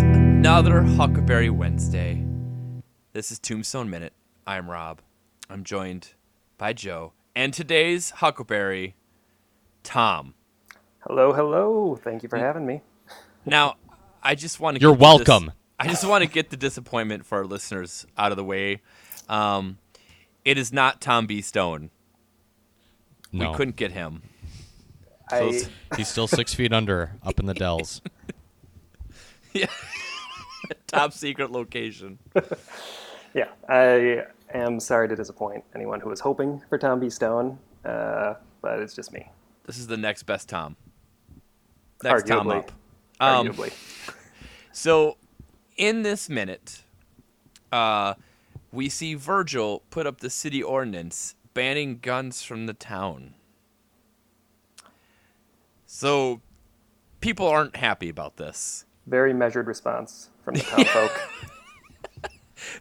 another Huckleberry Wednesday. This is Tombstone Minute. I'm Rob. I'm joined by Joe. And today's Huckleberry, Tom. Hello, hello. Thank you for having me. Now, I just want to. You're welcome. I just want to get the disappointment for our listeners out of the way. Um, it is not Tom B. Stone. No, We couldn't get him. I, he's still six feet under, up in the dells. Top secret location. yeah, I am sorry to disappoint anyone who was hoping for Tom B. Stone, uh, but it's just me, This is the next best Tom. Next Tom Arguably. up. Um, arguably. So, in this minute, uh, we see Virgil put up the city ordinance banning guns from the town. So, people aren't happy about this. Very measured response from the town folk.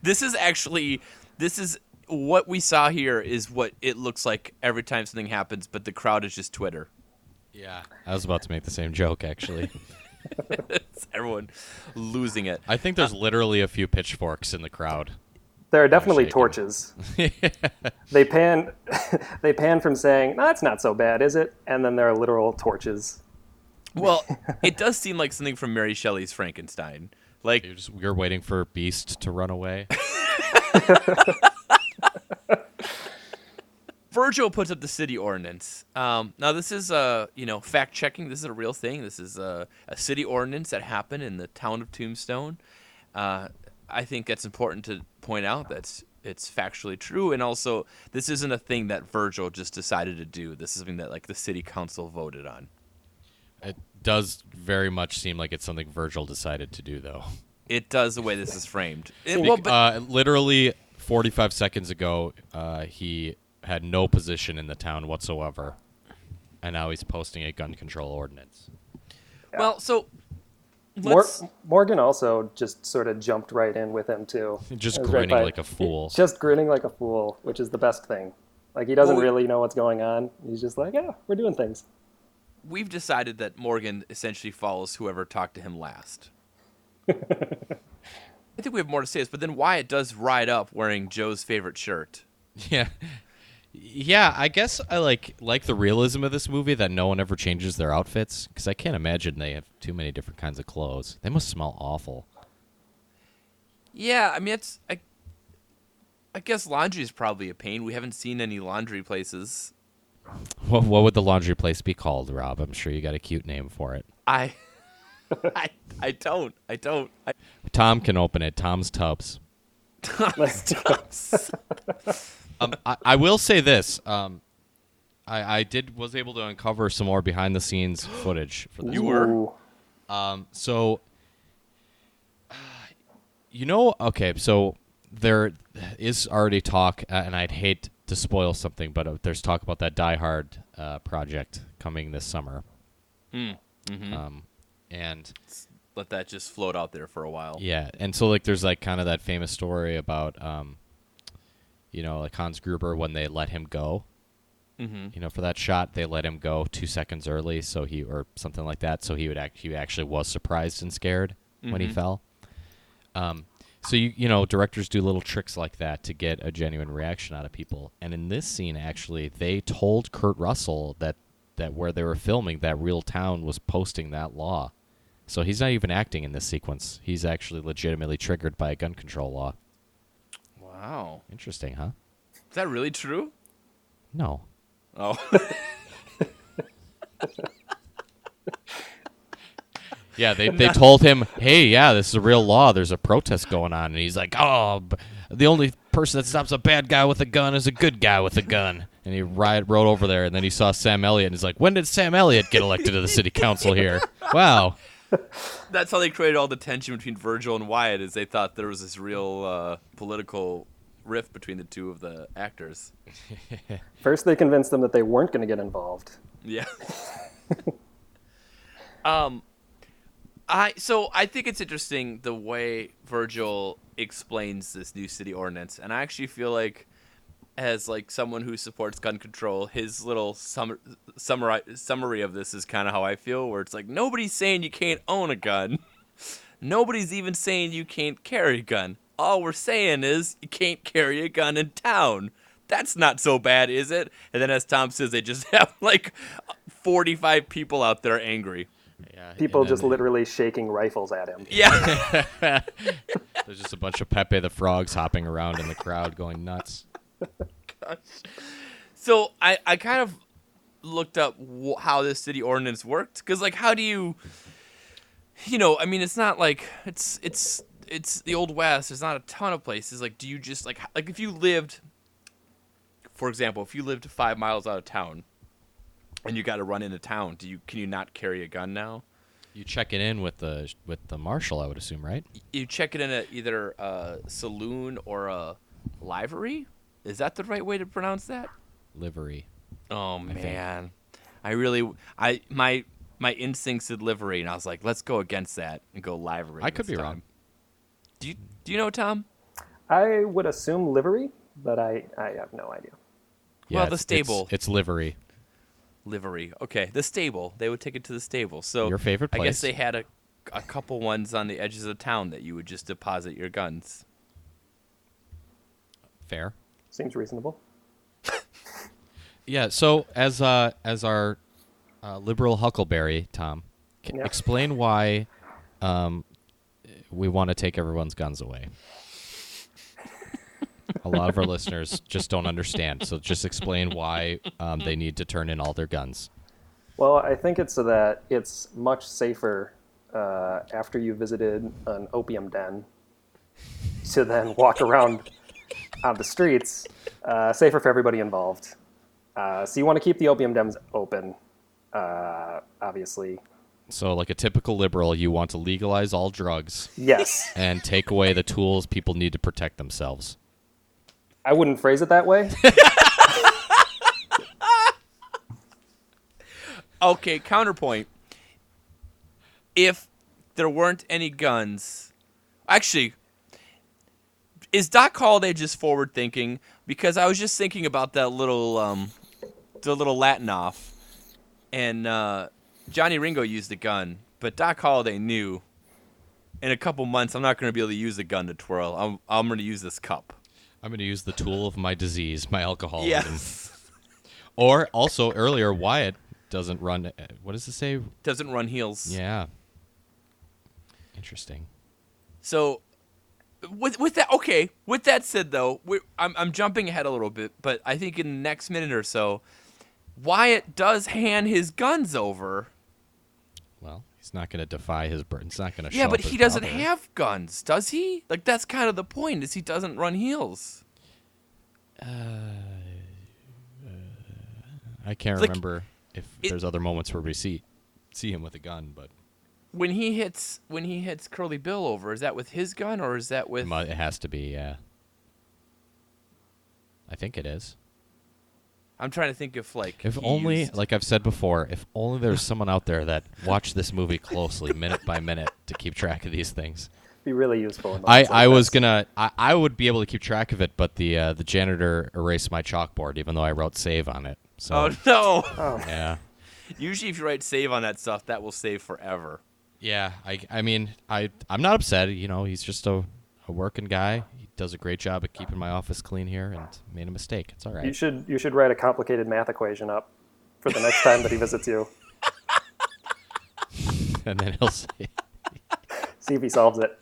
This is actually this is what we saw here is what it looks like every time something happens, but the crowd is just Twitter. Yeah, I was about to make the same joke actually. It's everyone losing it. I think there's literally a few pitchforks in the crowd. There are definitely shaking. torches. They pan, they pan from saying, "No, it's not so bad, is it?" And then there are literal torches. Well, it does seem like something from Mary Shelley's Frankenstein. Like You're, just, you're waiting for Beast to run away. Virgil puts up the city ordinance. Um, now this is uh, you know fact checking. This is a real thing. This is a, a city ordinance that happened in the town of Tombstone. Uh, I think that's important to point out. That's it's factually true, and also this isn't a thing that Virgil just decided to do. This is something that like the city council voted on. It does very much seem like it's something Virgil decided to do, though. It does the way this is framed. It- well, but uh, literally 45 seconds ago, uh, he had no position in the town whatsoever, and now he's posting a gun control ordinance. well, so Mor- let's, Morgan also just sort of jumped right in with him too. Just It was grinning by- like a fool. Just grinning like a fool, which is the best thing. Like he doesn't Well, we- really know what's going on. He's just like, "Yeah, we're doing things." we've decided that Morgan essentially follows whoever talked to him last. I think we have more to say this, but then Wyatt does ride up wearing Joe's favorite shirt. Yeah. Yeah, I guess I like like the realism of this movie that no one ever changes their outfits because I can't imagine they have too many different kinds of clothes. They must smell awful. Yeah, I mean it's I, I guess laundry is probably a pain. We haven't seen any laundry places. What, what would the laundry place be called, Rob? I'm sure you got a cute name for it. I I I don't. I don't. I Tom can open it. Tom's Tubs. Um, I, I will say this. Um, I, I did was able to uncover some more behind the scenes footage for this. You were. Ooh. So, you know, okay, so there is already talk, uh, and I'd hate to spoil something, but uh, there's talk about that Die Hard uh, project coming this summer. Um, and Let that just float out there for a while. yeah, and so like there's like kind of that famous story about, um, you know, like Hans Gruber when they let him go. Mm-hmm. You know, for that shot, they let him go two seconds early, so he or something like that. So he would act. He actually was surprised and scared when he fell. Um, so you you know, directors do little tricks like that to get a genuine reaction out of people. And in this scene, actually, they told Kurt Russell that that where they were filming, that real town was posting that law. So he's not even acting in this sequence. He's actually legitimately triggered by a gun control law. Wow. Interesting, huh? Is that really true? No. Oh. Yeah, they, they told him, hey, yeah, this is a real law. There's a protest going on. And he's like, oh, b- the only person that stops a bad guy with a gun is a good guy with a gun. And he ride, rode over there, and then he saw Sam Elliott, and he's like, when did Sam Elliott get elected to the city council here? Wow. That's how they created all the tension between Virgil and Wyatt, is they thought there was this real uh, political rift between the two of the actors. First, they convinced them that they weren't going to get involved. Yeah. um, I so I think it's interesting the way Virgil explains this new city ordinance, and I actually feel like, as like someone who supports gun control, his little summa- summary summary of this is kind of how I feel, where it's like nobody's saying you can't own a gun. Nobody's even saying you can't carry a gun. All we're saying is you can't carry a gun in town. That's not so bad, is it? And then, as Tom says, they just have like 45 people out there angry. Yeah, People and just then literally shaking rifles at him. Yeah. There's just a bunch of Pepe the frogs hopping around in the crowd, going nuts. so I, I kind of looked up wh- how this city ordinance worked because like how do you you know i mean it's not like it's it's it's the old west there's not a ton of places like do you just like h- like if you lived for example if you lived five miles out of town and you got to run into town do you can you not carry a gun now You check it in with the with the marshal, I would assume, right? you check it in at either a saloon or a livery is that the right way to pronounce that Livery. Oh think. man, I really I my my instincts said livery, and I was like, let's go against that and go livery. I could this be time. wrong. Do you do you know Tom? I would assume livery, but I, I have no idea. Well, the it's- it's- stable. It's, livery. Livery. Okay, the stable. They would take it to the stable. So Your favorite I guess place? they had a a couple ones on the edges of town that you would just deposit your guns. Fair. Seems reasonable. Yeah. So as uh, as our uh, liberal Huckleberry, Tom, c- Yeah. explain why um, we want to take everyone's guns away. A lot of our listeners just don't understand, so just explain why um, they need to turn in all their guns. Well, I think it's so that it's much safer uh, after you visited an opium den to then walk around on the streets. Uh, safer for everybody involved. Uh, so you want to keep the opium dens open, uh, obviously. So, like a typical liberal, you want to legalize all drugs Yes, and take away the tools people need to protect themselves. I wouldn't phrase it that way. Okay, counterpoint. If there weren't any guns, actually, is Doc Holliday just forward thinking? Because I was just thinking about that little, um, the little Latin off, and uh, Johnny Ringo used a gun, but Doc Holliday knew. In a couple months, I'm not going to be able to use a gun to twirl. I'm I'm going to use this cup. I'm going to use the tool of my disease, my alcoholism. Yes. Or also earlier, Wyatt doesn't run. eh, What does it say? Doesn't run heels. Yeah. Interesting. So, with with that okay. With that said, though, we I'm I'm jumping ahead a little bit, but I think in the next minute or so, Wyatt does hand his guns over. Well, he's not going to defy his burden. He's not going to. yeah, but he doesn't have guns, does he? Like that's kind of the point is he doesn't run heels. I can't like, remember if it- there's other moments where we see see him with a gun, but When he hits when he hits Curly Bill over, is that with his gun or is that it with mu- it has to be. Yeah. I think it is. I'm trying to think if like If he only, used- like I've said before, if only there was someone out there that watched this movie closely, minute by minute, to keep track of these things. Be really useful. in I, moments like I was this. gonna I, I would be able to keep track of it, but the uh, the janitor erased my chalkboard, even though I wrote save on it. So Oh no. yeah, Usually if you write save on that stuff, that will save forever. yeah. I, I mean I I'm not upset. You know, he's just a, a working guy. He does a great job at keeping my office clean here, and made a mistake. It's all You right. should you should write a complicated math equation up for the next time that he visits you. and then he'll say See if he solves it.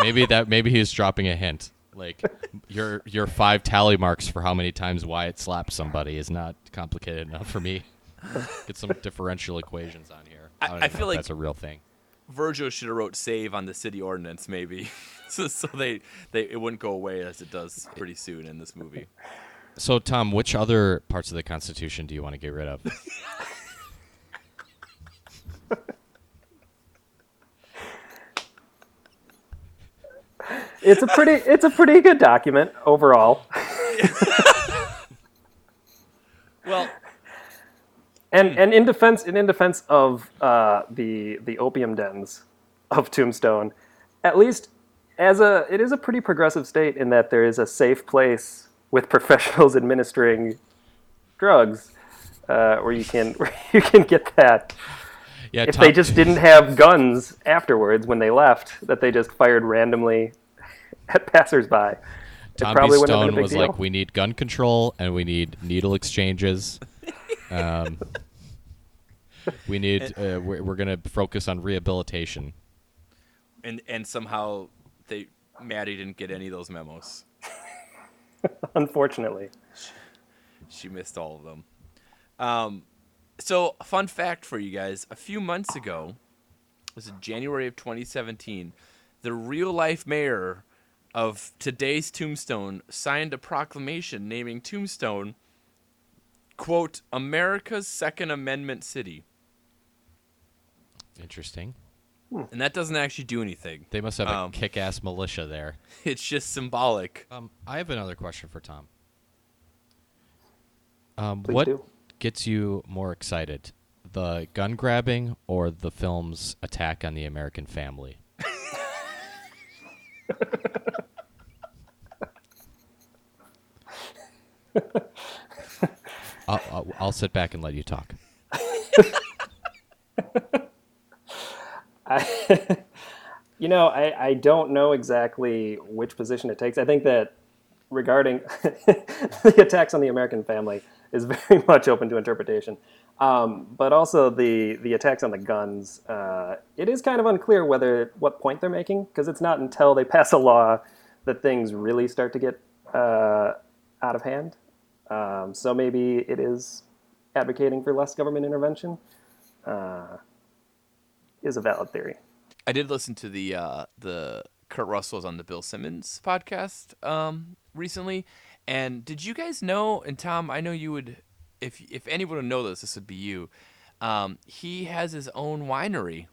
maybe that maybe he was dropping a hint like your your five tally marks for how many times Wyatt slapped somebody is not complicated enough for me. Get some differential equations on here. I- don't I even know feel if like- that's a real thing. Virgil should have wrote save on the city ordinance maybe, so, so they they it wouldn't go away as it does pretty soon in this movie. So, Tom, which other parts of the Constitution do you want to get rid of? It's a pretty it's a pretty good document overall. Well, Hmm. And and in defense and in defense of uh, the the opium dens of Tombstone, at least as a it is a pretty progressive state in that there is a safe place with professionals administering drugs uh, where you can where you can get that Yeah, if Tom- they just didn't have guns afterwards when they left, that they just fired randomly at passersby, it Tom B. probably wouldn't have Stone been a big was deal. like, "We need gun control and we need needle exchanges. Um, we need. Uh, we're, we're gonna focus on rehabilitation." and and somehow they Maddie didn't get any of those memos. Unfortunately, She missed all of them. Um, so fun fact for you guys: a few months ago, this is January of 2017, the real life mayor of today's Tombstone signed a proclamation naming Tombstone quote America's Second Amendment City, Interesting. and that doesn't actually do anything. They must have Um, a kick-ass militia there. It's just symbolic. Um, I have another question for Tom. Um, Please what do. gets you more excited, the gun grabbing or the film's attack on the American family? I'll, I'll, I'll sit back and let you talk. I, you know, I, I don't know exactly which position it takes. I think that regarding the attacks on the American family is very much open to interpretation. Um, but also the the attacks on the guns, uh, it is kind of unclear whether what point they're making because it's not until they pass a law that things really start to get uh, out of hand. Um, so maybe it is advocating for less government intervention. Uh, is a valid theory. I did listen to the uh, the Kurt Russell's on the Bill Simmons podcast um, recently, and did you guys know? And Tom, I know you would, if if anyone would know this, this would be you. Um, he has his own winery.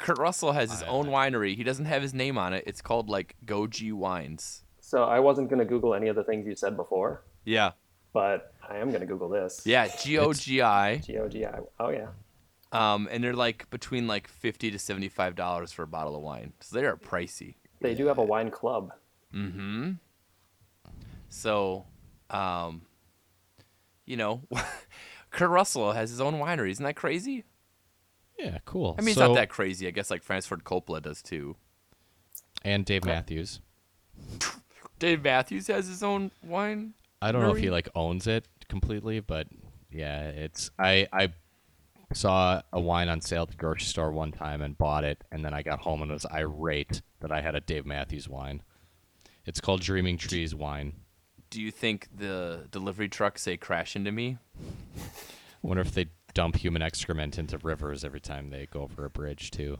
Kurt Russell has his own winery. He doesn't have his name on it. It's called like Goji Wines. So I wasn't going to Google any of the things you said before, Yeah. but I am going to Google this. Yeah, G O G I. G O G I. Oh yeah. Um, and they're like between like fifty to seventy five dollars for a bottle of wine. So they are pricey. They do have a wine club. So, um, you know, Kurt Russell has his own winery. Isn't that crazy? Yeah, cool. I mean, So- it's not that crazy. I guess like Francis Ford Coppola does too. And Dave Matthews. Dave Matthews has his own wine. I don't know if he Murray? like owns it completely, but yeah, it's I I saw a wine on sale at the grocery store one time and bought it, and then I got home and was irate that I had a Dave Matthews wine. It's called Dreaming Trees wine. Do you think the delivery truck say crash into me? I wonder if they dump human excrement into rivers every time they go over a bridge too.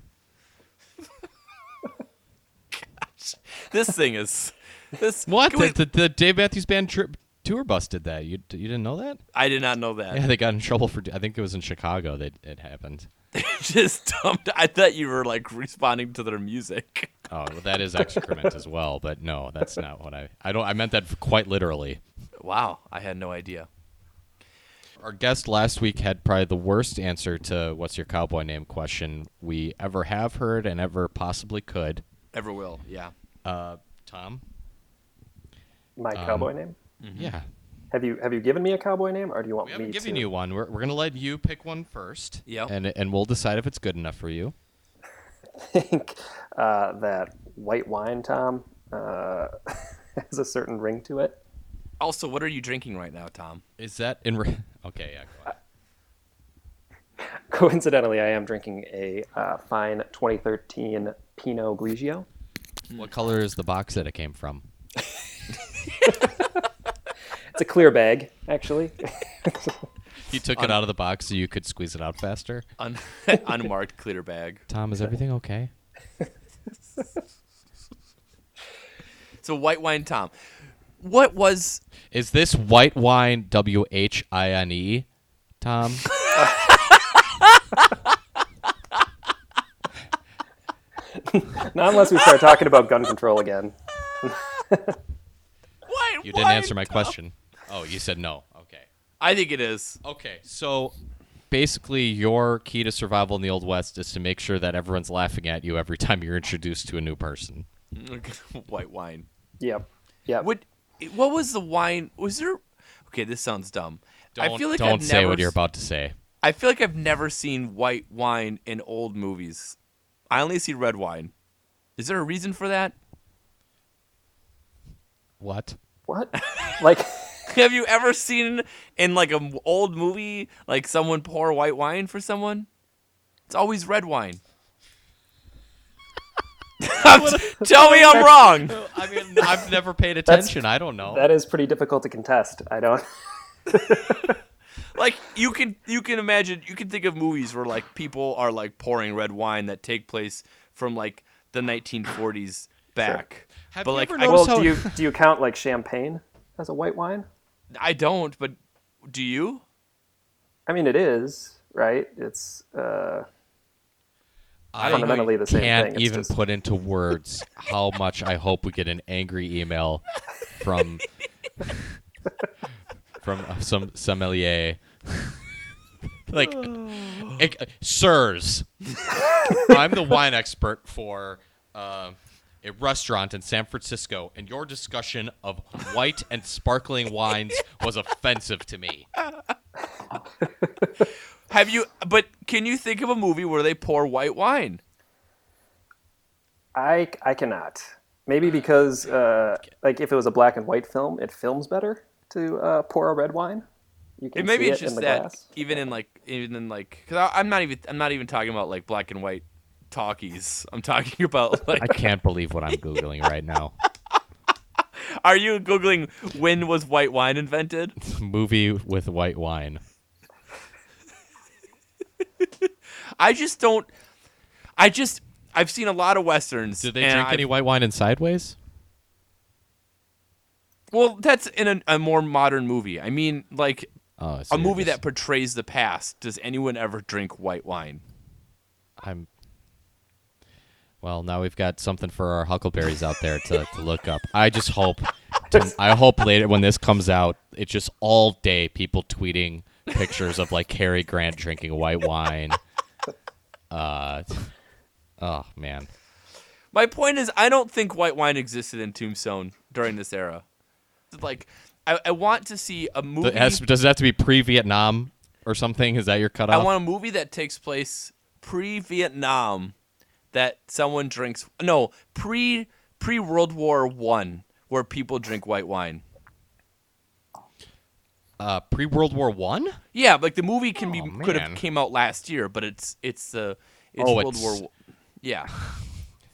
This thing is this. What Can we- the, the, the Dave Matthews Band trip tour bus did that? You you didn't know that? I did not know that. Yeah, they got in trouble for. I think it was in Chicago that it happened. Just dumped. I thought you were like responding to their music. Oh, well, that is excrement as well, but no, that's not what I. I don't. I meant that quite literally. Wow, I had no idea. Our guest last week had probably the worst answer to "What's your cowboy name?" question we ever have heard and ever possibly could. Ever will. Yeah. Uh, Tom. My Um, cowboy name. Yeah, Have you have you given me a cowboy name, or do you want we me haven't given to? you one. We're, we're gonna let you pick one first. Yep. And and we'll decide if it's good enough for you. think uh, that white wine, Tom, uh, has a certain ring to it. Also, what are you drinking right now, Tom? Is that in? Re- okay. Yeah. Go ahead. Coincidentally, I am drinking a uh, fine 2013 Pinot Grigio. What color is the box that it came from? It's a clear bag, actually. You took it out of the box so you could squeeze it out faster. Un- unmarked clear bag. Tom, is everything okay? So white wine, Tom. What was Is this white wine W H I N E, Tom? Not unless we start talking about gun control again. white You didn't wine? answer my question. Oh, you said no. Okay. I think it is. Okay. So basically, your key to survival in the Old West is to make sure that everyone's laughing at you every time you're introduced to a new person. white wine. Yep. Yep. What what was the wine? Was there Okay, this sounds dumb. Don't, I feel like don't I've say never what you're s- about to say. I feel like I've never seen white wine in old movies. I only see red wine. Is there a reason for that? What? What? like, Have you ever seen in like an old movie like someone pour white wine for someone? It's always red wine. Tell me I'm wrong. I mean, I've never paid attention. I don't know. that is pretty difficult to contest. I don't. Like you can you can imagine you can think of movies where like people are like pouring red wine that take place from like the 1940s back. Have but you like ever I- noticed Well, how- do you do you count like champagne as a white wine? I don't, but do you? I mean, it is right. It's uh, I fundamentally the same can't thing. It's even just- put into words how much I hope we get an angry email from from some sommelier. like, ec- sirs, I'm the wine expert for uh, a restaurant in San Francisco, and your discussion of white and sparkling wines was offensive to me. Have you but can you think of a movie where they pour white wine? I I cannot. Maybe because uh, like if it was a black and white film, it films better to uh, pour a red wine. You can And maybe see it's it in just the that glass. even in like even in like because I'm not even I'm not even talking about like black and white talkies. I'm talking about like I can't believe what I'm googling right now. are you googling when was white wine invented? Movie with white wine. I just don't. I just I've seen a lot of westerns. Did they and drink I've- any white wine in Sideways? Well, that's in a, a more modern movie. I mean, like Oh, a movie that portrays the past. Does anyone ever drink white wine? I'm. Well, now we've got something for our huckleberries out there to, to look up. I just hope, to, I hope later when this comes out, it's just all day people tweeting pictures of like Cary Grant drinking white wine. Uh, oh man, My point is, I don't think white wine existed in Tombstone during this era. Like, I, I want to see a movie. Th- has- does it have to be pre-Vietnam or something? Is that your cutoff? I want a movie that takes place pre-Vietnam, that someone drinks no pre pre World War One, where people drink white wine. uh, pre World War One. Yeah, like the movie can be Aw, could have Oh, man. came out last year, but it's it's the it's Oh, World it's- War. Yeah,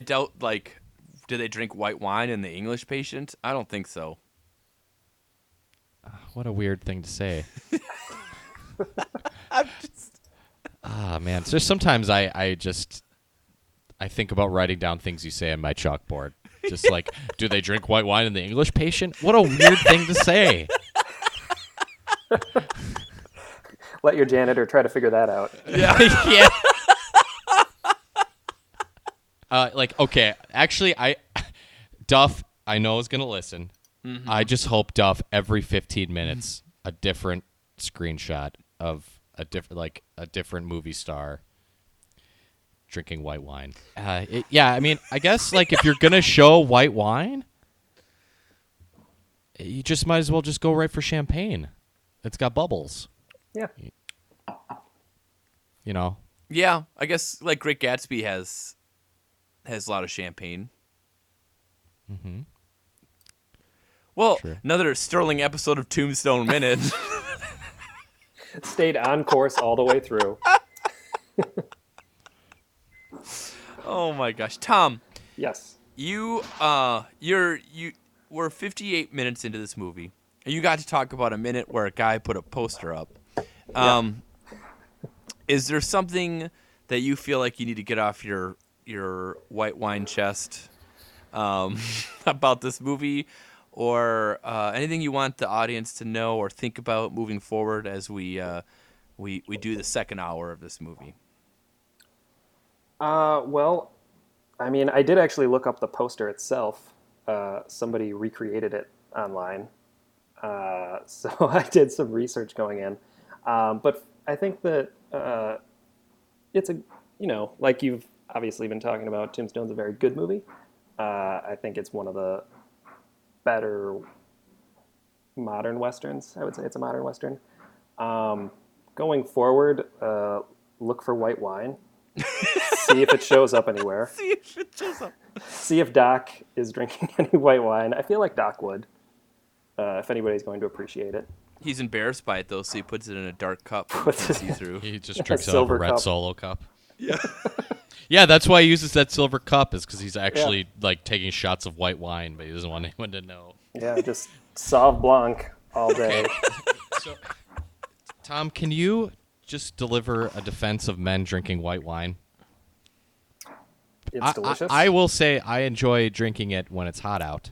doubt like, do they drink white wine in the English Patient? I don't think so. What a weird thing to say. I'm just Ah man, so sometimes I I just I think about writing down things you say on my chalkboard. Just like, do they drink white wine in the English patient? What a weird thing to say. Let your janitor try to figure that out. yeah. Uh, like okay, actually, I Duff, I know is gonna listen. I just hope Duff every 15 minutes a different screenshot of a different like a different movie star drinking white wine. Uh, it- yeah, I mean, I guess like if you're gonna show white wine, you just might as well just go right for champagne. It's got bubbles, Yeah, you know. yeah. I guess like Great Gatsby has has a lot of champagne. Mm-hmm. Well, Sure. another sterling episode of Tombstone Minute. stayed on course all the way through. oh my gosh, Tom, Yes, you uh, you're you we're 58 minutes into this movie, and you got to talk about a minute where a guy put a poster up. Um, Is there something that you feel like you need to get off your your white wine chest um, about this movie? Or uh, anything you want the audience to know or think about moving forward as we uh, we we do the second hour of this movie. Uh, well, I mean, I did actually look up the poster itself. Uh, somebody recreated it online, uh, so I did some research going in. Um, but I think that uh, it's a, you know, like you've obviously been talking about, Tombstone's a very good movie. Uh, I think it's one of the better modern westerns. I would say it's a modern western. Um, Going forward, uh, look for white wine. See if it shows up anywhere. See if it shows up. See if Doc is drinking any white wine. I feel like Doc would, uh, if anybody's going to appreciate it. He's embarrassed by it though, so he puts it in a dark cup and Puts can it- see through. He just drinks out of a silver red cup. solo cup. Yeah. Yeah, that's why he uses that silver cup is because he's actually like taking shots of white wine, but he doesn't want anyone to know. Yeah, just Sauv Blanc all day. So, Tom, can you just deliver a defense of men drinking white wine? It's I- I- delicious. I, will say I enjoy drinking it when it's hot out.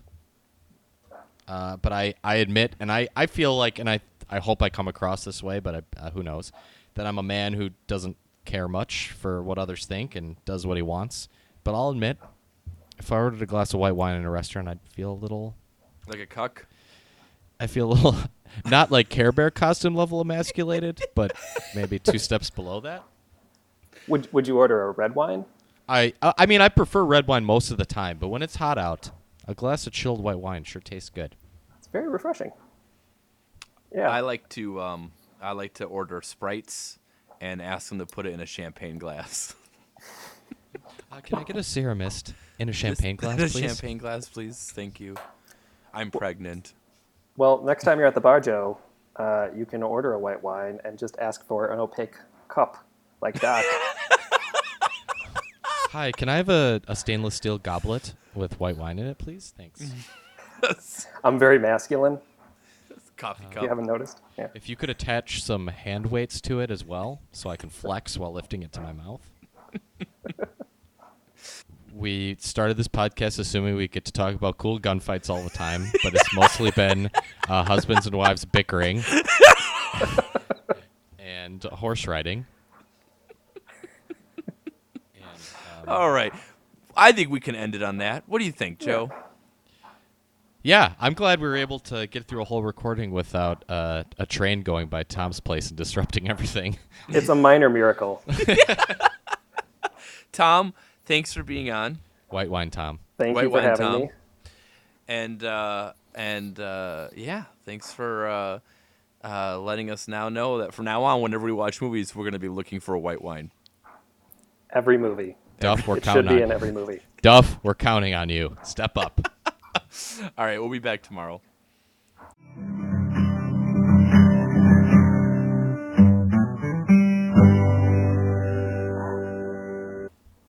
Uh, but I, I admit, and I, I feel like, and I, I hope I come across this way, but I, uh, who knows, that I'm a man who doesn't care much for what others think and does what he wants. But I'll admit, if I ordered a glass of white wine in a restaurant, I'd feel a little, Like a cuck. I feel a little, not like Care Bear costume level emasculated, but maybe two steps below that. would Would you order a red wine? I uh, I mean I prefer red wine most of the time, but when it's hot out, a glass of chilled white wine sure tastes good. It's very refreshing. Yeah, I like to um I like to order sprites and ask them to put it in a champagne glass. Uh, can I get a Sierra Mist in a champagne glass, a please? champagne glass, please. Thank you. I'm pregnant. Well, next time you're at the bar, Joe, uh, you can order a white wine and just ask for an opaque cup, like Doc. Hi, can I have a, a stainless steel goblet with white wine in it, please? Thanks. I'm very masculine. Coffee Oh. If you cup. haven't noticed, yeah. if you could attach some hand weights to it as well, so I can flex while lifting it to my mouth. we started this podcast assuming we get to talk about cool gunfights all the time, but it's mostly been uh, husbands and wives bickering and horse riding. And, um, All right. I think we can end it on that. What do you think, Joe? yeah, I'm glad we were able to get through a whole recording without uh, a train going by Tom's place and disrupting everything. It's a minor miracle. Tom, thanks for being on. White wine, Tom. Thank White you for wine, having Tom. me. and uh, and uh, yeah, thanks for uh, uh, letting us now know that from now on, whenever we watch movies, we're gonna be looking for a white wine. Every movie. Duff, we're It should counting be on in every movie. Duff, we're counting on you. Step up. All right, we'll be back tomorrow.